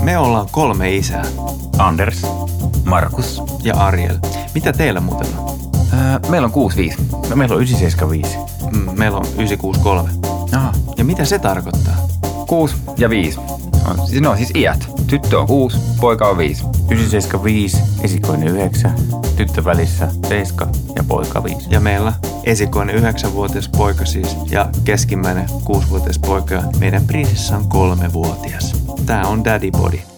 Me ollaan kolme isää Anders. Markus. ja Ariel. Mitä teillä muuten on? Ää, Äh, meillä on 65. No, meillä on 975. Mm, Meillä on 963. Aha. Ja mitä se tarkoittaa? 6 ja 5. On, siis, no siis iät. Tyttö on 6, poika on 5. 975, esikoinen 9, tyttö välissä 7 ja poika 5. Ja meillä esikoinen 9-vuotias poika siis ja keskimmäinen 6-vuotias poika ja meidän prinsessa on kolmevuotias. Tää on Daddy Body.